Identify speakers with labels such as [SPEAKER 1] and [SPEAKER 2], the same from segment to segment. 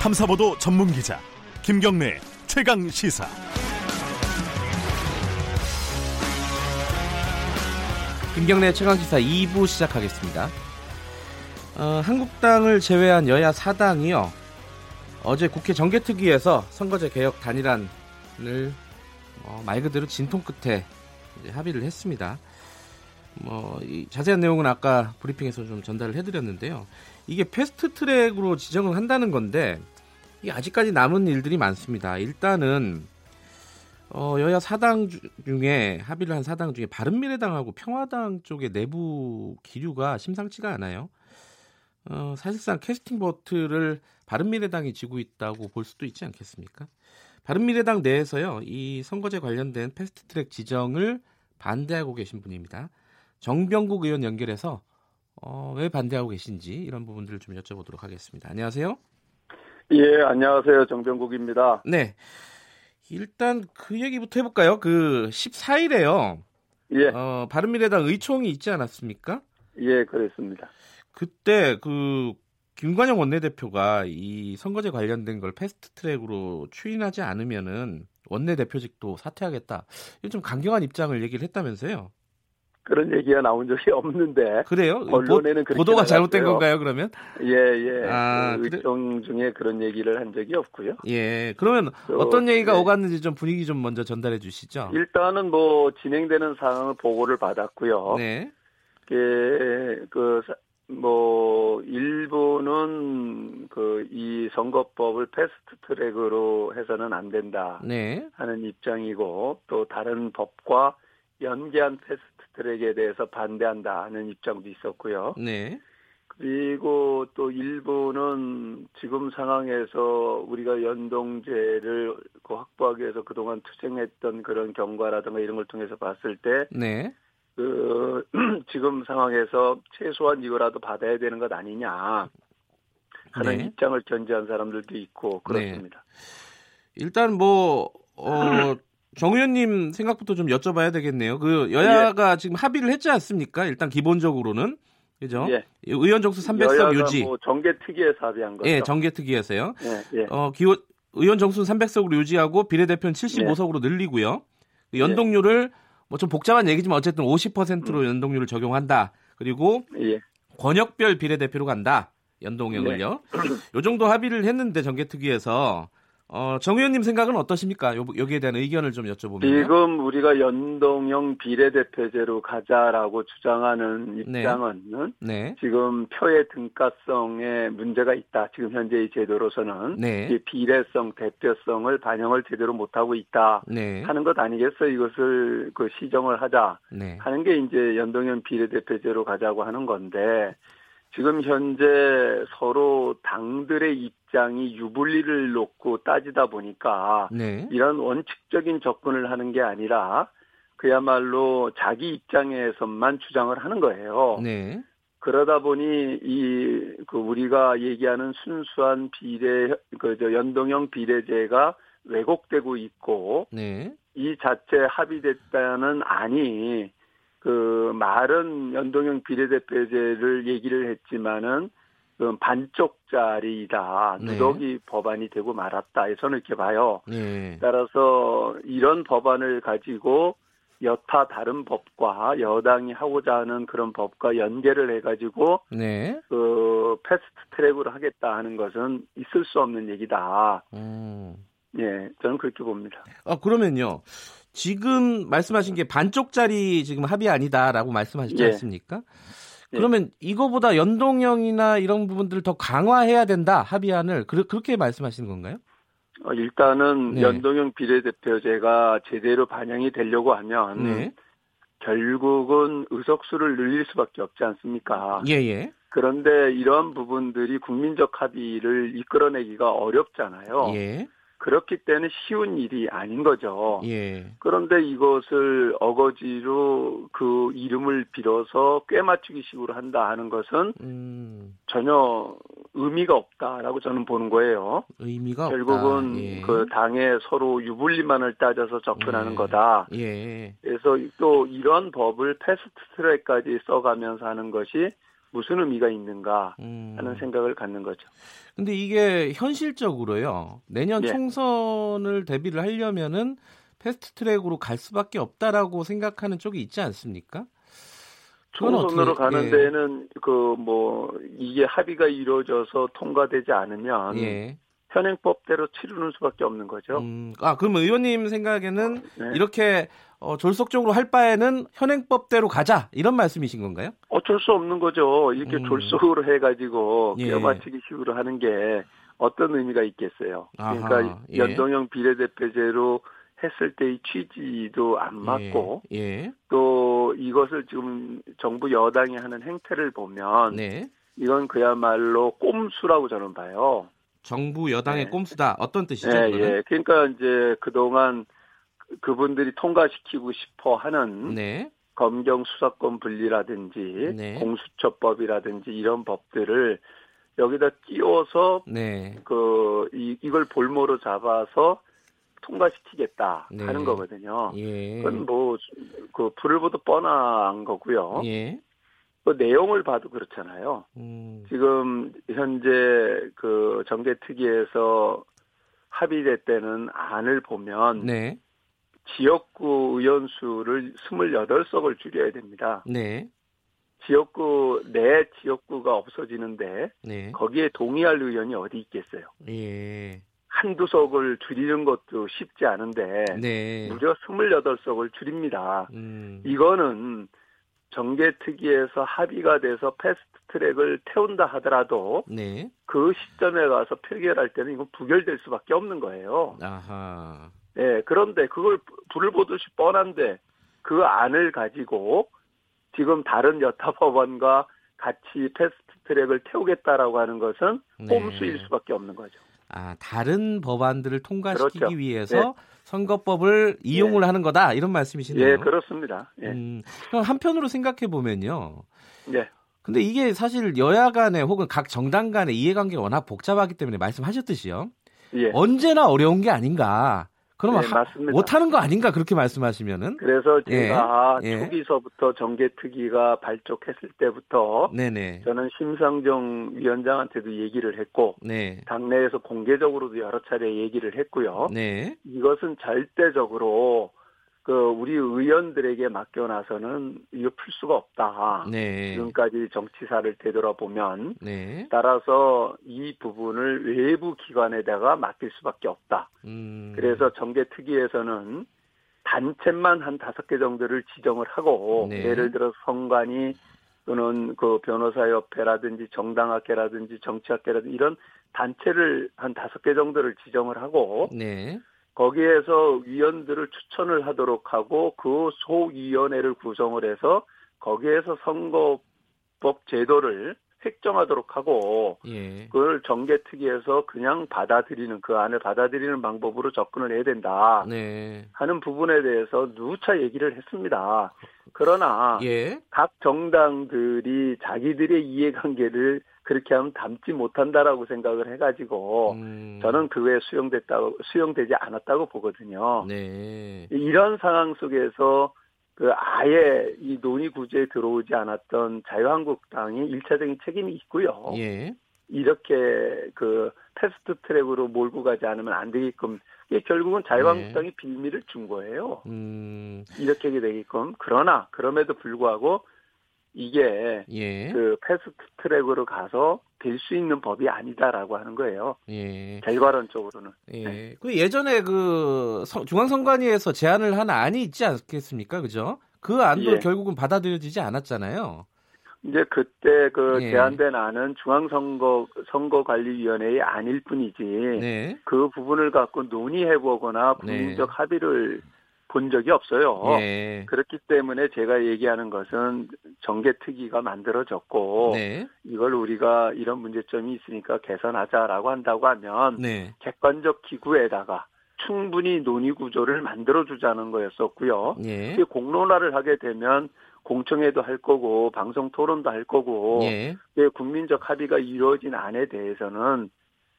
[SPEAKER 1] 탐사보도 전문 기자 김경래 최강 시사.
[SPEAKER 2] 김경래 최강시사 2부 시작하겠습니다. 어, 한국당을 제외한 여야 4당이요. 어제 국회 정개특위에서 선거제 개혁 단일안을 어, 말 그대로 진통 끝에 이제 합의를 했습니다. 뭐, 이 자세한 내용은 아까 브리핑에서 좀 전달을 해드렸는데요. 이게 패스트 트랙으로 지정을 한다는 건데, 이게 아직까지 남은 일들이 많습니다. 일단은 어, 여야 사당 주- 중에 합의를 한 사당 중에 바른미래당하고 평화당 쪽의 내부 기류가 심상치가 않아요. 어, 사실상 캐스팅 버트를 바른미래당이 지고 있다고 볼 수도 있지 않겠습니까? 바른미래당 내에서요. 이 선거제 관련된 패스트트랙 지정을 반대하고 계신 분입니다. 정병국 의원 연결해서 어, 왜 반대하고 계신지 이런 부분들을 좀 여쭤보도록 하겠습니다. 안녕하세요.
[SPEAKER 3] 예, 안녕하세요. 정병국입니다.
[SPEAKER 2] 네. 일단 그 얘기부터 해볼까요? 그 14일에요.
[SPEAKER 3] 예,
[SPEAKER 2] 어, 바른미래당 의총이 있지 않았습니까?
[SPEAKER 3] 예, 그랬습니다.
[SPEAKER 2] 그때 그 김관영 원내대표가 이 선거제 관련된 걸 패스트트랙으로 추인하지 않으면은 원내대표직도 사퇴하겠다. 이좀 강경한 입장을 얘기를 했다면서요?
[SPEAKER 3] 그런 얘기가 나온 적이 없는데.
[SPEAKER 2] 그래요?
[SPEAKER 3] 언론에는
[SPEAKER 2] 뭐, 보,
[SPEAKER 3] 그렇게
[SPEAKER 2] 보도가 잘못된
[SPEAKER 3] 나갔어요.
[SPEAKER 2] 건가요? 그러면?
[SPEAKER 3] 예, 예.
[SPEAKER 2] 아,
[SPEAKER 3] 그
[SPEAKER 2] 그래-
[SPEAKER 3] 의총 중에 그런 얘기를 한 적이 없고요.
[SPEAKER 2] 예. 그러면
[SPEAKER 3] 저,
[SPEAKER 2] 어떤 얘기가
[SPEAKER 3] 예.
[SPEAKER 2] 오갔는지 좀 분위기 좀 먼저 전달해 주시죠.
[SPEAKER 3] 일단은 뭐 진행되는 상황을 보고를 받았고요.
[SPEAKER 2] 네.
[SPEAKER 3] 예, 그, 사- 뭐, 일부는 그 이 선거법을 패스트 트랙으로 해서는 안 된다
[SPEAKER 2] 네.
[SPEAKER 3] 하는 입장이고 또 다른 법과 연계한 패스트 트랙에 대해서 반대한다 하는 입장도 있었고요.
[SPEAKER 2] 네.
[SPEAKER 3] 그리고 또 일부는 지금 상황에서 우리가 연동제를 그 확보하기 위해서 그동안 투쟁했던 그런 경과라든가 이런 걸 통해서 봤을 때,
[SPEAKER 2] 네.
[SPEAKER 3] 그, 지금 상황에서 최소한 이거라도 받아야 되는 것 아니냐 하는
[SPEAKER 2] 네.
[SPEAKER 3] 입장을 견지한 사람들도 있고, 그렇습니다.
[SPEAKER 2] 일단 뭐, 어, 정 의원님 생각부터 좀 여쭤봐야 되겠네요. 그 여야가
[SPEAKER 3] 예.
[SPEAKER 2] 지금 합의를 했지 않습니까? 일단 기본적으로는. 그죠?
[SPEAKER 3] 예.
[SPEAKER 2] 의원 정수 300석
[SPEAKER 3] 여야가
[SPEAKER 2] 유지.
[SPEAKER 3] 뭐 정계특위에서 합의한 거죠.
[SPEAKER 2] 예, 정개특위에서요.
[SPEAKER 3] 예, 예.
[SPEAKER 2] 어, 기호, 의원 정수 300석으로 유지하고 비례대표는 75석으로 늘리고요.
[SPEAKER 3] 예.
[SPEAKER 2] 그 연동률을 뭐 좀 복잡한 얘기지만 어쨌든 50%로
[SPEAKER 3] 음.
[SPEAKER 2] 연동률을 적용한다. 그리고
[SPEAKER 3] 예.
[SPEAKER 2] 권역별 비례대표로 간다.
[SPEAKER 3] 네.
[SPEAKER 2] 연동형을요. 요 정도 합의를 했는데 정개특위에서 어, 정 의원님 생각은 어떠십니까? 요, 여기에 대한 의견을 좀 여쭤보면. 요
[SPEAKER 3] 지금 우리가 연동형 비례대표제로 가자라고 주장하는
[SPEAKER 2] 네.
[SPEAKER 3] 입장은
[SPEAKER 2] 네.
[SPEAKER 3] 지금 표의 등가성에 문제가 있다. 지금 현재 이 제도로서는
[SPEAKER 2] 네.
[SPEAKER 3] 이 비례성, 대표성을 반영을 제대로 못하고 있다
[SPEAKER 2] 네.
[SPEAKER 3] 하는 것 아니겠어? 이것을 그 시정을 하자
[SPEAKER 2] 네.
[SPEAKER 3] 하는 게 이제 연동형 비례대표제로 가자고 하는 건데 지금 현재 서로 당들의 입장이 유불리를 놓고 따지다 보니까
[SPEAKER 2] 네.
[SPEAKER 3] 이런 원칙적인 접근을 하는 게 아니라 그야말로 자기 입장에서만 주장을 하는 거예요.
[SPEAKER 2] 네.
[SPEAKER 3] 그러다 보니 이 그 우리가 얘기하는 순수한 비례 그저 연동형 비례제가 왜곡되고 있고
[SPEAKER 2] 네.
[SPEAKER 3] 이 자체 합의됐다는 안이 그 말은 연동형 비례대표제를 얘기를 했지만은 그 반쪽짜리이다
[SPEAKER 2] 네.
[SPEAKER 3] 누더기 법안이 되고 말았다 저는 이렇게 봐요.
[SPEAKER 2] 네.
[SPEAKER 3] 따라서 이런 법안을 가지고 여타 다른 법과 여당이 하고자 하는 그런 법과 연계를 해가지고
[SPEAKER 2] 네.
[SPEAKER 3] 그 패스트 트랙으로 하겠다 하는 것은 있을 수 없는 얘기다.
[SPEAKER 2] 음.
[SPEAKER 3] 예, 저는 그렇게 봅니다.
[SPEAKER 2] 아, 그러면요. 지금 말씀하신 게 반쪽짜리 지금 합의 아니다라고 말씀하셨지
[SPEAKER 3] 예.
[SPEAKER 2] 않습니까?
[SPEAKER 3] 예.
[SPEAKER 2] 그러면 이거보다 연동형이나 이런 부분들을 더 강화해야 된다 합의안을 그, 그렇게 말씀하시는 건가요?
[SPEAKER 3] 어, 일단은
[SPEAKER 2] 네.
[SPEAKER 3] 연동형 비례대표제가 제대로 반영이 되려고 하면
[SPEAKER 2] 네.
[SPEAKER 3] 결국은 의석수를 늘릴 수밖에 없지 않습니까?
[SPEAKER 2] 예예.
[SPEAKER 3] 그런데 이런 부분들이 국민적 합의를 이끌어내기가 어렵잖아요.
[SPEAKER 2] 예.
[SPEAKER 3] 그렇기 때문에 쉬운 일이 아닌 거죠.
[SPEAKER 2] 예.
[SPEAKER 3] 그런데 이것을 어거지로 그 이름을 빌어서 꽤 맞추기 식으로 한다 하는 것은
[SPEAKER 2] 음,
[SPEAKER 3] 전혀 의미가 없다라고 저는 보는 거예요.
[SPEAKER 2] 의미가
[SPEAKER 3] 결국은
[SPEAKER 2] 없다. 예.
[SPEAKER 3] 그 당의 서로 유불리만을 따져서 접근하는
[SPEAKER 2] 예.
[SPEAKER 3] 거다.
[SPEAKER 2] 예.
[SPEAKER 3] 그래서 또 이런 법을 패스트 트랙까지 써가면서 하는 것이 무슨 의미가 있는가
[SPEAKER 2] 음.
[SPEAKER 3] 하는 생각을 갖는 거죠.
[SPEAKER 2] 근데 이게 현실적으로요. 내년
[SPEAKER 3] 네.
[SPEAKER 2] 총선을 대비를 하려면은 패스트 트랙으로 갈 수밖에 없다라고 생각하는 쪽이 있지 않습니까? 그건
[SPEAKER 3] 총선으로
[SPEAKER 2] 어떻게-
[SPEAKER 3] 가는
[SPEAKER 2] 예.
[SPEAKER 3] 데는 그 뭐 이게 합의가 이루어져서 통과되지 않으면
[SPEAKER 2] 예.
[SPEAKER 3] 현행법대로 치르는 수밖에 없는 거죠.
[SPEAKER 2] 음, 아, 그럼 의원님 생각에는
[SPEAKER 3] 네.
[SPEAKER 2] 이렇게 어, 졸속적으로 할 바에는 현행법대로 가자 이런 말씀이신 건가요?
[SPEAKER 3] 어쩔 수 없는 거죠. 이렇게
[SPEAKER 2] 음.
[SPEAKER 3] 졸속으로 해가지고
[SPEAKER 2] 예.
[SPEAKER 3] 껴맞추기 식으로 하는 게 어떤 의미가 있겠어요.
[SPEAKER 2] 아하,
[SPEAKER 3] 그러니까
[SPEAKER 2] 예.
[SPEAKER 3] 연동형 비례대표제로 했을 때의 취지도 안 맞고
[SPEAKER 2] 예. 예.
[SPEAKER 3] 또 이것을 지금 정부 여당이 하는 행태를 보면
[SPEAKER 2] 네.
[SPEAKER 3] 이건 그야말로 꼼수라고 저는 봐요.
[SPEAKER 2] 정부 여당의
[SPEAKER 3] 네.
[SPEAKER 2] 꼼수다 어떤 뜻이죠?
[SPEAKER 3] 예,
[SPEAKER 2] 그거는?
[SPEAKER 3] 예. 그러니까 이제 그동안 그- 그분들이 통과시키고 싶어 하는
[SPEAKER 2] 네.
[SPEAKER 3] 검경 수사권 분리라든지
[SPEAKER 2] 네.
[SPEAKER 3] 공수처법이라든지 이런 법들을 여기다 끼워서
[SPEAKER 2] 네.
[SPEAKER 3] 그 이, 이걸 볼모로 잡아서 통과시키겠다
[SPEAKER 2] 네.
[SPEAKER 3] 하는 거거든요.
[SPEAKER 2] 예.
[SPEAKER 3] 그건 뭐 그 불을 보듯 뻔한 거고요.
[SPEAKER 2] 예.
[SPEAKER 3] 그 내용을 봐도 그렇잖아요.
[SPEAKER 2] 음.
[SPEAKER 3] 지금 현재 그 정계특위에서 합의됐다는 안을 보면
[SPEAKER 2] 네.
[SPEAKER 3] 지역구 의원 수를 28석을 줄여야 됩니다.
[SPEAKER 2] 네.
[SPEAKER 3] 지역구 내 지역구가 없어지는데
[SPEAKER 2] 네.
[SPEAKER 3] 거기에 동의할 의원이 어디 있겠어요.
[SPEAKER 2] 예.
[SPEAKER 3] 한두 석을 줄이는 것도 쉽지 않은데
[SPEAKER 2] 네.
[SPEAKER 3] 무려 28석을 줄입니다.
[SPEAKER 2] 음.
[SPEAKER 3] 이거는 정계특위에서 합의가 돼서 패스트트랙을 태운다 하더라도
[SPEAKER 2] 네.
[SPEAKER 3] 그 시점에 가서 표결할 때는 이건 부결될 수밖에 없는 거예요.
[SPEAKER 2] 아하.
[SPEAKER 3] 예, 그런데 그걸 불을 보듯이 뻔한데 그 안을 가지고 지금 다른 여타 법안과 같이 패스트 트랙을 태우겠다라고 하는 것은
[SPEAKER 2] 네.
[SPEAKER 3] 꼼수일 수밖에 없는 거죠.
[SPEAKER 2] 아, 다른 법안들을 통과시키기
[SPEAKER 3] 그렇죠.
[SPEAKER 2] 위해서
[SPEAKER 3] 네.
[SPEAKER 2] 선거법을 이용을 하는 거다. 이런 말씀이시네요.
[SPEAKER 3] 예, 그렇습니다. 예.
[SPEAKER 2] 음, 그럼 한편으로 생각해 보면요.
[SPEAKER 3] 예.
[SPEAKER 2] 근데 이게 사실 여야 간에 혹은 각 정당 간의 이해관계가 워낙 복잡하기 때문에 말씀하셨듯이요.
[SPEAKER 3] 예.
[SPEAKER 2] 언제나 어려운 게 아닌가. 그러면
[SPEAKER 3] 예,
[SPEAKER 2] 하-
[SPEAKER 3] 맞습니다.
[SPEAKER 2] 못하는 거 아닌가 그렇게 말씀하시면은.
[SPEAKER 3] 그래서
[SPEAKER 2] 예,
[SPEAKER 3] 제가
[SPEAKER 2] 예.
[SPEAKER 3] 초기서부터 정계특위가 발족했을 때부터
[SPEAKER 2] 네네.
[SPEAKER 3] 저는 심상정 위원장한테도 얘기를 했고
[SPEAKER 2] 네.
[SPEAKER 3] 당내에서 공개적으로도 여러 차례 얘기를 했고요.
[SPEAKER 2] 네.
[SPEAKER 3] 이것은 절대적으로 그 우리 의원들에게 맡겨놔서는 이거 풀 수가 없다.
[SPEAKER 2] 네.
[SPEAKER 3] 지금까지 정치사를 되돌아보면
[SPEAKER 2] 네.
[SPEAKER 3] 따라서 이 부분을 외부 기관에다가 맡길 수밖에 없다.
[SPEAKER 2] 음.
[SPEAKER 3] 그래서 정계특위에서는 단체만 한 다섯 개 정도를 지정을 하고
[SPEAKER 2] 네.
[SPEAKER 3] 예를 들어 선관위 또는 그 변호사협회라든지 정당학회라든지 정치학회라든지 이런 단체를 한 다섯 개 정도를 지정을 하고
[SPEAKER 2] 네.
[SPEAKER 3] 거기에서 위원들을 추천을 하도록 하고 그 소위원회를 구성을 해서 거기에서 선거법 제도를 획정하도록 하고
[SPEAKER 2] 예.
[SPEAKER 3] 그걸 정계특위에서 그냥 받아들이는 그 안을 받아들이는 방법으로 접근을 해야 된다
[SPEAKER 2] 네.
[SPEAKER 3] 하는 부분에 대해서 누차 얘기를 했습니다. 그러나
[SPEAKER 2] 예.
[SPEAKER 3] 각 정당들이 자기들의 이해관계를 그렇게 하면 담지 못한다라고 생각을 해가지고
[SPEAKER 2] 음.
[SPEAKER 3] 어. 저는 어. 그 외에 수용됐다고 수용되지 않았다고 보거든요.
[SPEAKER 2] 네.
[SPEAKER 3] 이런 상황 속에서 그 아예 이 논의 구조에 들어오지 않았던 자유한국당이 일차적인 책임이 있고요.
[SPEAKER 2] 예.
[SPEAKER 3] 이렇게 그 패스트 트랙으로 몰고 가지 않으면 안 되게끔 이게 결국은
[SPEAKER 2] 예.
[SPEAKER 3] 자유한국당이 빌미를 준 거예요.
[SPEAKER 2] 음.
[SPEAKER 3] 이렇게 되게끔 그러나 그럼에도 불구하고 이게
[SPEAKER 2] 예.
[SPEAKER 3] 그 패스트 트랙으로 가서 될 수 있는 법이 아니다라고 하는 거예요.
[SPEAKER 2] 예.
[SPEAKER 3] 결과론적으로는.
[SPEAKER 2] 예. 그 예전에 그 서- 중앙선관위에서 제안을 한 안이 있지 않겠습니까? 그죠? 그 안도
[SPEAKER 3] 예.
[SPEAKER 2] 결국은 받아들여지지 않았잖아요.
[SPEAKER 3] 이제 그때 그
[SPEAKER 2] 예.
[SPEAKER 3] 제안된 안은 중앙선거 선거관리위원회의 안일 뿐이지
[SPEAKER 2] 네.
[SPEAKER 3] 그 부분을 갖고 논의해보거나
[SPEAKER 2] 네.
[SPEAKER 3] 국민적 합의를 본 적이 없어요.
[SPEAKER 2] 예.
[SPEAKER 3] 그렇기 때문에 제가 얘기하는 것은 정계특위가 만들어졌고
[SPEAKER 2] 네.
[SPEAKER 3] 이걸 우리가 이런 문제점이 있으니까 개선하자라고 한다고 하면
[SPEAKER 2] 네.
[SPEAKER 3] 객관적 기구에다가 충분히 논의 구조를 만들어주자는 거였었고요.
[SPEAKER 2] 예.
[SPEAKER 3] 이게 공론화를 하게 되면 공청회도 할 거고 방송 토론도 할 거고
[SPEAKER 2] 예.
[SPEAKER 3] 이게 국민적 합의가 이루어진 안에 대해서는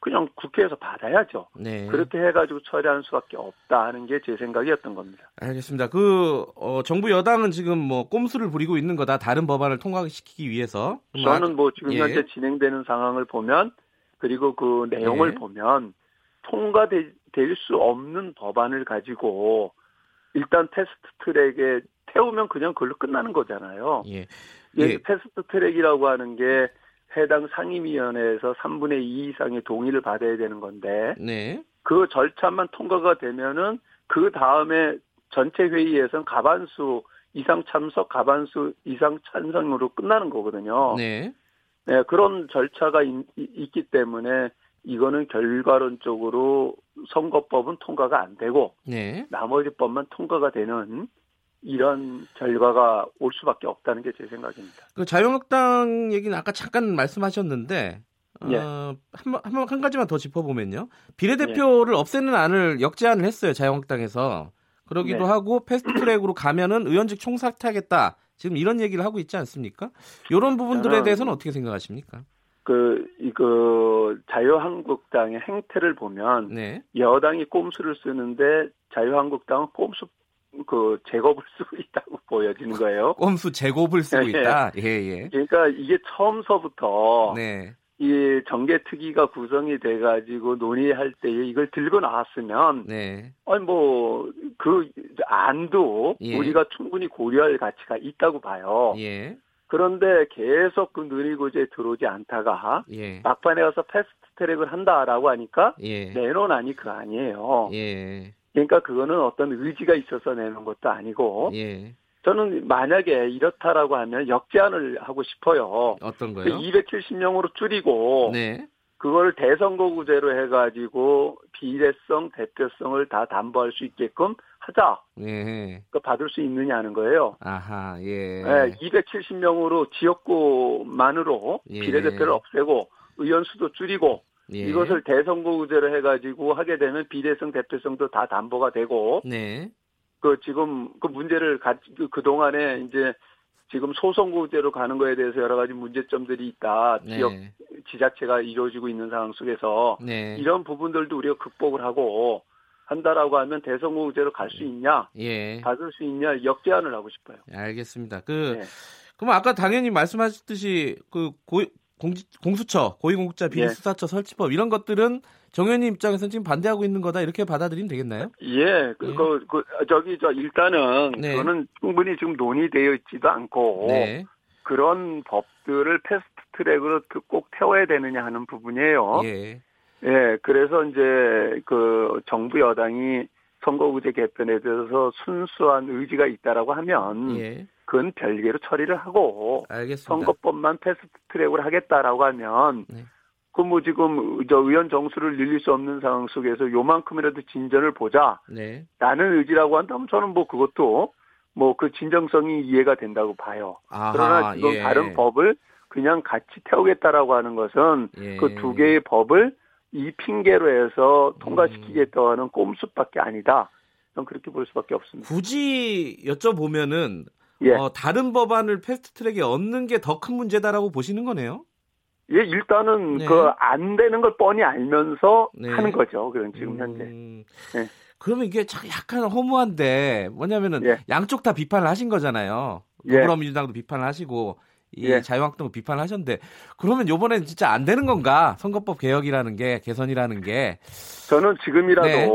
[SPEAKER 3] 그냥 국회에서 받아야죠.
[SPEAKER 2] 네.
[SPEAKER 3] 그렇게 해가지고 처리하는 수밖에 없다 하는 게 제 생각이었던 겁니다.
[SPEAKER 2] 알겠습니다. 그 어, 정부 여당은 지금 뭐 꼼수를 부리고 있는 거다. 다른 법안을 통과시키기 위해서. 뭐 아-
[SPEAKER 3] 저는 뭐 지금
[SPEAKER 2] 예.
[SPEAKER 3] 현재 진행되는 상황을 보면 그리고 그 내용을
[SPEAKER 2] 예.
[SPEAKER 3] 보면 통과될 수 없는 법안을 가지고 일단 테스트 트랙에 태우면 그냥 그걸로 끝나는 거잖아요.
[SPEAKER 2] 예.
[SPEAKER 3] 예.
[SPEAKER 2] 예.
[SPEAKER 3] 테스트 트랙이라고 하는 게 해당 상임위원회에서 3분의 2 이상의 동의를 받아야 되는 건데
[SPEAKER 2] 네.
[SPEAKER 3] 그 절차만 통과가 되면은 그 다음에 전체 회의에서는 가반수 이상 참석, 가반수 이상 찬성으로 끝나는 거거든요. 네.
[SPEAKER 2] 네.
[SPEAKER 3] 그런 절차가 있, 기 때문에 이거는 결과론적으로 선거법은 통과가 안 되고
[SPEAKER 2] 네.
[SPEAKER 3] 나머지 법만 통과가 되는 이런 결과가 올 수밖에 없다는 게 제 생각입니다.
[SPEAKER 2] 그 자유한국당 얘기는 아까 잠깐 말씀하셨는데 어,
[SPEAKER 3] 예.
[SPEAKER 2] 한, 번- 한, 번- 한 가지만 더 짚어보면요.
[SPEAKER 3] 예.
[SPEAKER 2] 비례대표를 없애는 안을 역제안을 했어요. 자유한국당에서. 그러기도
[SPEAKER 3] 네.
[SPEAKER 2] 하고 패스트트랙으로 가면은 의원직 총사퇴하겠다. 지금 이런 얘기를 하고 있지 않습니까? 이런 부분들에
[SPEAKER 3] 저는-
[SPEAKER 2] 대해서는 어떻게 생각하십니까?
[SPEAKER 3] 그, 이거 자유한국당의 행태를 보면
[SPEAKER 2] 네.
[SPEAKER 3] 여당이 꼼수를 쓰는데 자유한국당은 꼼수 그 제거를 쓰고 있다고 보여지는 거예요.
[SPEAKER 2] 꼼수 제곱을 쓰고
[SPEAKER 3] 예.
[SPEAKER 2] 있다. 예, 예.
[SPEAKER 3] 그러니까 이게 처음서부터
[SPEAKER 2] 네.
[SPEAKER 3] 이 정계특위가 구성이 돼가지고 논의할 때 이걸 들고 나왔으면
[SPEAKER 2] 네.
[SPEAKER 3] 아니 뭐 그 안도
[SPEAKER 2] 예.
[SPEAKER 3] 우리가 충분히 고려할 가치가 있다고 봐요.
[SPEAKER 2] 예.
[SPEAKER 3] 그런데 계속 그 논의 구조에 들어오지 않다가
[SPEAKER 2] 예.
[SPEAKER 3] 막판에 가서 패스트트랙을 한다라고 하니까
[SPEAKER 2] 예.
[SPEAKER 3] 내놓으니 그 아니에요.
[SPEAKER 2] 예.
[SPEAKER 3] 그러니까 그거는 어떤 의지가 있어서 내는 것도 아니고
[SPEAKER 2] 예.
[SPEAKER 3] 저는 만약에 이렇다라고 하면 역제안을 하고 싶어요.
[SPEAKER 2] 어떤
[SPEAKER 3] 그 어.
[SPEAKER 2] 거요?
[SPEAKER 3] 270명으로 줄이고
[SPEAKER 2] 예. 네.
[SPEAKER 3] 그거를 대선거구제로 해가지고 비례성, 대표성을 다 담보할 수 있게끔 하자.
[SPEAKER 2] 예.
[SPEAKER 3] 그 받을 수 있느냐는 거예요.
[SPEAKER 2] 아하. 예.
[SPEAKER 3] 예, 270명으로 지역구만으로
[SPEAKER 2] 예.
[SPEAKER 3] 비례대표를 없애고 의원 수도 줄이고
[SPEAKER 2] 예.
[SPEAKER 3] 이것을 대선거구제로 해가지고 하게 되면 비례성, 대표성도 다 담보가 되고
[SPEAKER 2] 네.
[SPEAKER 3] 그 지금 그 문제를 그 동안에 이제 지금 소선구제로 가는 거에 대해서 여러 가지 문제점들이 있다.
[SPEAKER 2] 네.
[SPEAKER 3] 지역 지자체가 이루어지고 있는 상황 속에서
[SPEAKER 2] 네.
[SPEAKER 3] 이런 부분들도 우리가 극복을 하고 한다라고 하면 대선구제로 갈
[SPEAKER 2] 네.
[SPEAKER 3] 수 있냐,
[SPEAKER 2] 예.
[SPEAKER 3] 받을 수 있냐 역제안을 하고 싶어요.
[SPEAKER 2] 알겠습니다. 그
[SPEAKER 3] 네.
[SPEAKER 2] 그럼 아까 당연히 말씀하셨듯이 그 고, 공지, 공수처, 고위공직자
[SPEAKER 3] 네.
[SPEAKER 2] 비리수사처 설치법 이런 것들은 정현님 입장에서는 지금 반대하고 있는 거다 이렇게 받아들이면 되겠나요?
[SPEAKER 3] 예, 그,
[SPEAKER 2] 네.
[SPEAKER 3] 그, 그, 저기 저 일단은
[SPEAKER 2] 네.
[SPEAKER 3] 그거는 충분히 지금 논의되어 있지도 않고
[SPEAKER 2] 네.
[SPEAKER 3] 그런 법들을 패스트트랙으로 꼭 태워야 되느냐 하는 부분이에요.
[SPEAKER 2] 예.
[SPEAKER 3] 예, 그래서 이제 그 정부 여당이 선거구제 개편에 대해서 순수한 의지가 있다라고 하면
[SPEAKER 2] 예.
[SPEAKER 3] 그건 별개로 처리를 하고
[SPEAKER 2] 알겠습니다.
[SPEAKER 3] 음. 선거법만 패스트트랙을 하겠다라고 하면
[SPEAKER 2] 네.
[SPEAKER 3] 그 뭐 지금 저 의원 정수를 늘릴 수 없는 상황 속에서 요만큼이라도 진전을 보자라는
[SPEAKER 2] 네.
[SPEAKER 3] 의지라고 한다면 저는 뭐 그것도 뭐 그 진정성이 이해가 된다고 봐요.
[SPEAKER 2] 아하,
[SPEAKER 3] 그러나 지금
[SPEAKER 2] 예.
[SPEAKER 3] 다른 법을 그냥 같이 태우겠다라고 하는 것은
[SPEAKER 2] 예.
[SPEAKER 3] 그 두 개의 법을 이 핑계로 해서 통과시키겠다고 하는 꼼수밖에 아니다. 저는 그렇게 볼 수밖에 없습니다.
[SPEAKER 2] 굳이 여쭤보면은
[SPEAKER 3] 예.
[SPEAKER 2] 어, 다른 법안을 패스트트랙에 얻는 게 더 큰 문제다라고 보시는 거네요.
[SPEAKER 3] 예, 일단은
[SPEAKER 2] 네.
[SPEAKER 3] 그 안 되는 걸 뻔히 알면서
[SPEAKER 2] 네.
[SPEAKER 3] 하는 거죠. 그런 지금 현재.
[SPEAKER 2] 음,
[SPEAKER 3] 네.
[SPEAKER 2] 그러면 이게 참 약간 허무한데 뭐냐면은
[SPEAKER 3] 예. 양
[SPEAKER 2] 쪽 다 비판을 하신 거잖아요.
[SPEAKER 3] 예.
[SPEAKER 2] 더불어민주당도 비판을 하시고 이
[SPEAKER 3] 예.
[SPEAKER 2] 자유한국당도 비판을 하셨는데 그러면 요번엔 진짜 안 되는 건가? 선거법 개혁이라는 게 개선이라는 게
[SPEAKER 3] 저는 지금이라도
[SPEAKER 2] 네.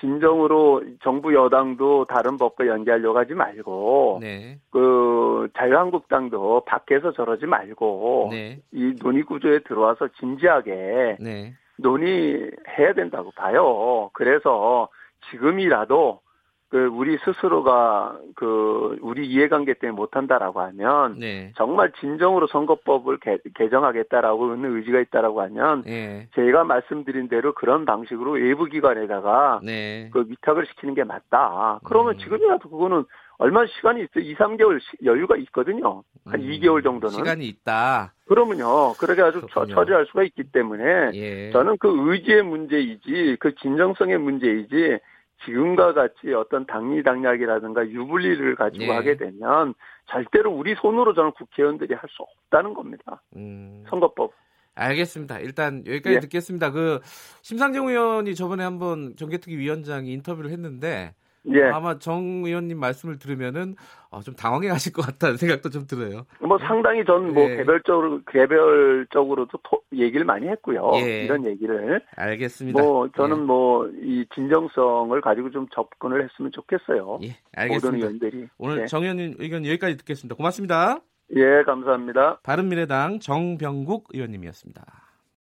[SPEAKER 3] 진정으로 정부 여당도 다른 법과 연계하려고 하지 말고
[SPEAKER 2] 네.
[SPEAKER 3] 그 자유한국당도 밖에서 저러지 말고
[SPEAKER 2] 네.
[SPEAKER 3] 이 논의 구조에 들어와서 진지하게
[SPEAKER 2] 네.
[SPEAKER 3] 논의해야 된다고 봐요. 그래서 지금이라도 그 우리 스스로가 그 우리 이해관계 때문에 못한다라고 하면
[SPEAKER 2] 네.
[SPEAKER 3] 정말 진정으로 선거법을 개, 개정하겠다라고 하는 의지가 있다라고 하면
[SPEAKER 2] 네.
[SPEAKER 3] 제가 말씀드린 대로 그런 방식으로 외부 기관에다가
[SPEAKER 2] 네.
[SPEAKER 3] 그 위탁을 시키는 게 맞다. 그러면
[SPEAKER 2] 음.
[SPEAKER 3] 지금이라도 그거는 얼마 시간이 있어? 2, 3개월 여유가 있거든요. 한
[SPEAKER 2] 음,
[SPEAKER 3] 2개월 정도는.
[SPEAKER 2] 시간이 있다.
[SPEAKER 3] 그러면요. 그렇게 아주 처,
[SPEAKER 2] 그렇군요.
[SPEAKER 3] 처리할 수가 있기 때문에
[SPEAKER 2] 예.
[SPEAKER 3] 저는 그 의지의 문제이지 그 진정성의 문제이지 지금과 같이 어떤 당리당략이라든가 유불리를 가지고
[SPEAKER 2] 네.
[SPEAKER 3] 하게 되면 절대로 우리 손으로 저는 국회의원들이 할 수 없다는 겁니다.
[SPEAKER 2] 음.
[SPEAKER 3] 선거법.
[SPEAKER 2] 알겠습니다. 일단 여기까지
[SPEAKER 3] 예.
[SPEAKER 2] 듣겠습니다. 그 심상정 의원이 저번에 한번 정개특위 위원장이 인터뷰를 했는데
[SPEAKER 3] 예.
[SPEAKER 2] 아마 정 의원님 말씀을 들으면은 어, 좀 당황해하실 것 같다는 생각도 좀 들어요.
[SPEAKER 3] 뭐 상당히 전 뭐
[SPEAKER 2] 예.
[SPEAKER 3] 개별적으로 개별적으로도 토- 얘기를 많이 했고요.
[SPEAKER 2] 예.
[SPEAKER 3] 이런 얘기를
[SPEAKER 2] 알겠습니다. 예.
[SPEAKER 3] 뭐 저는 뭐 이 진정성을 가지고 좀 접근을 했으면 좋겠어요.
[SPEAKER 2] 예, 예,
[SPEAKER 3] 모든
[SPEAKER 2] 알겠습니다.
[SPEAKER 3] 의원들이
[SPEAKER 2] 오늘
[SPEAKER 3] 예.
[SPEAKER 2] 정 의원님 의견 여기까지 듣겠습니다. 고맙습니다.
[SPEAKER 3] 예 감사합니다.
[SPEAKER 2] 바른미래당 정병국 의원님이었습니다.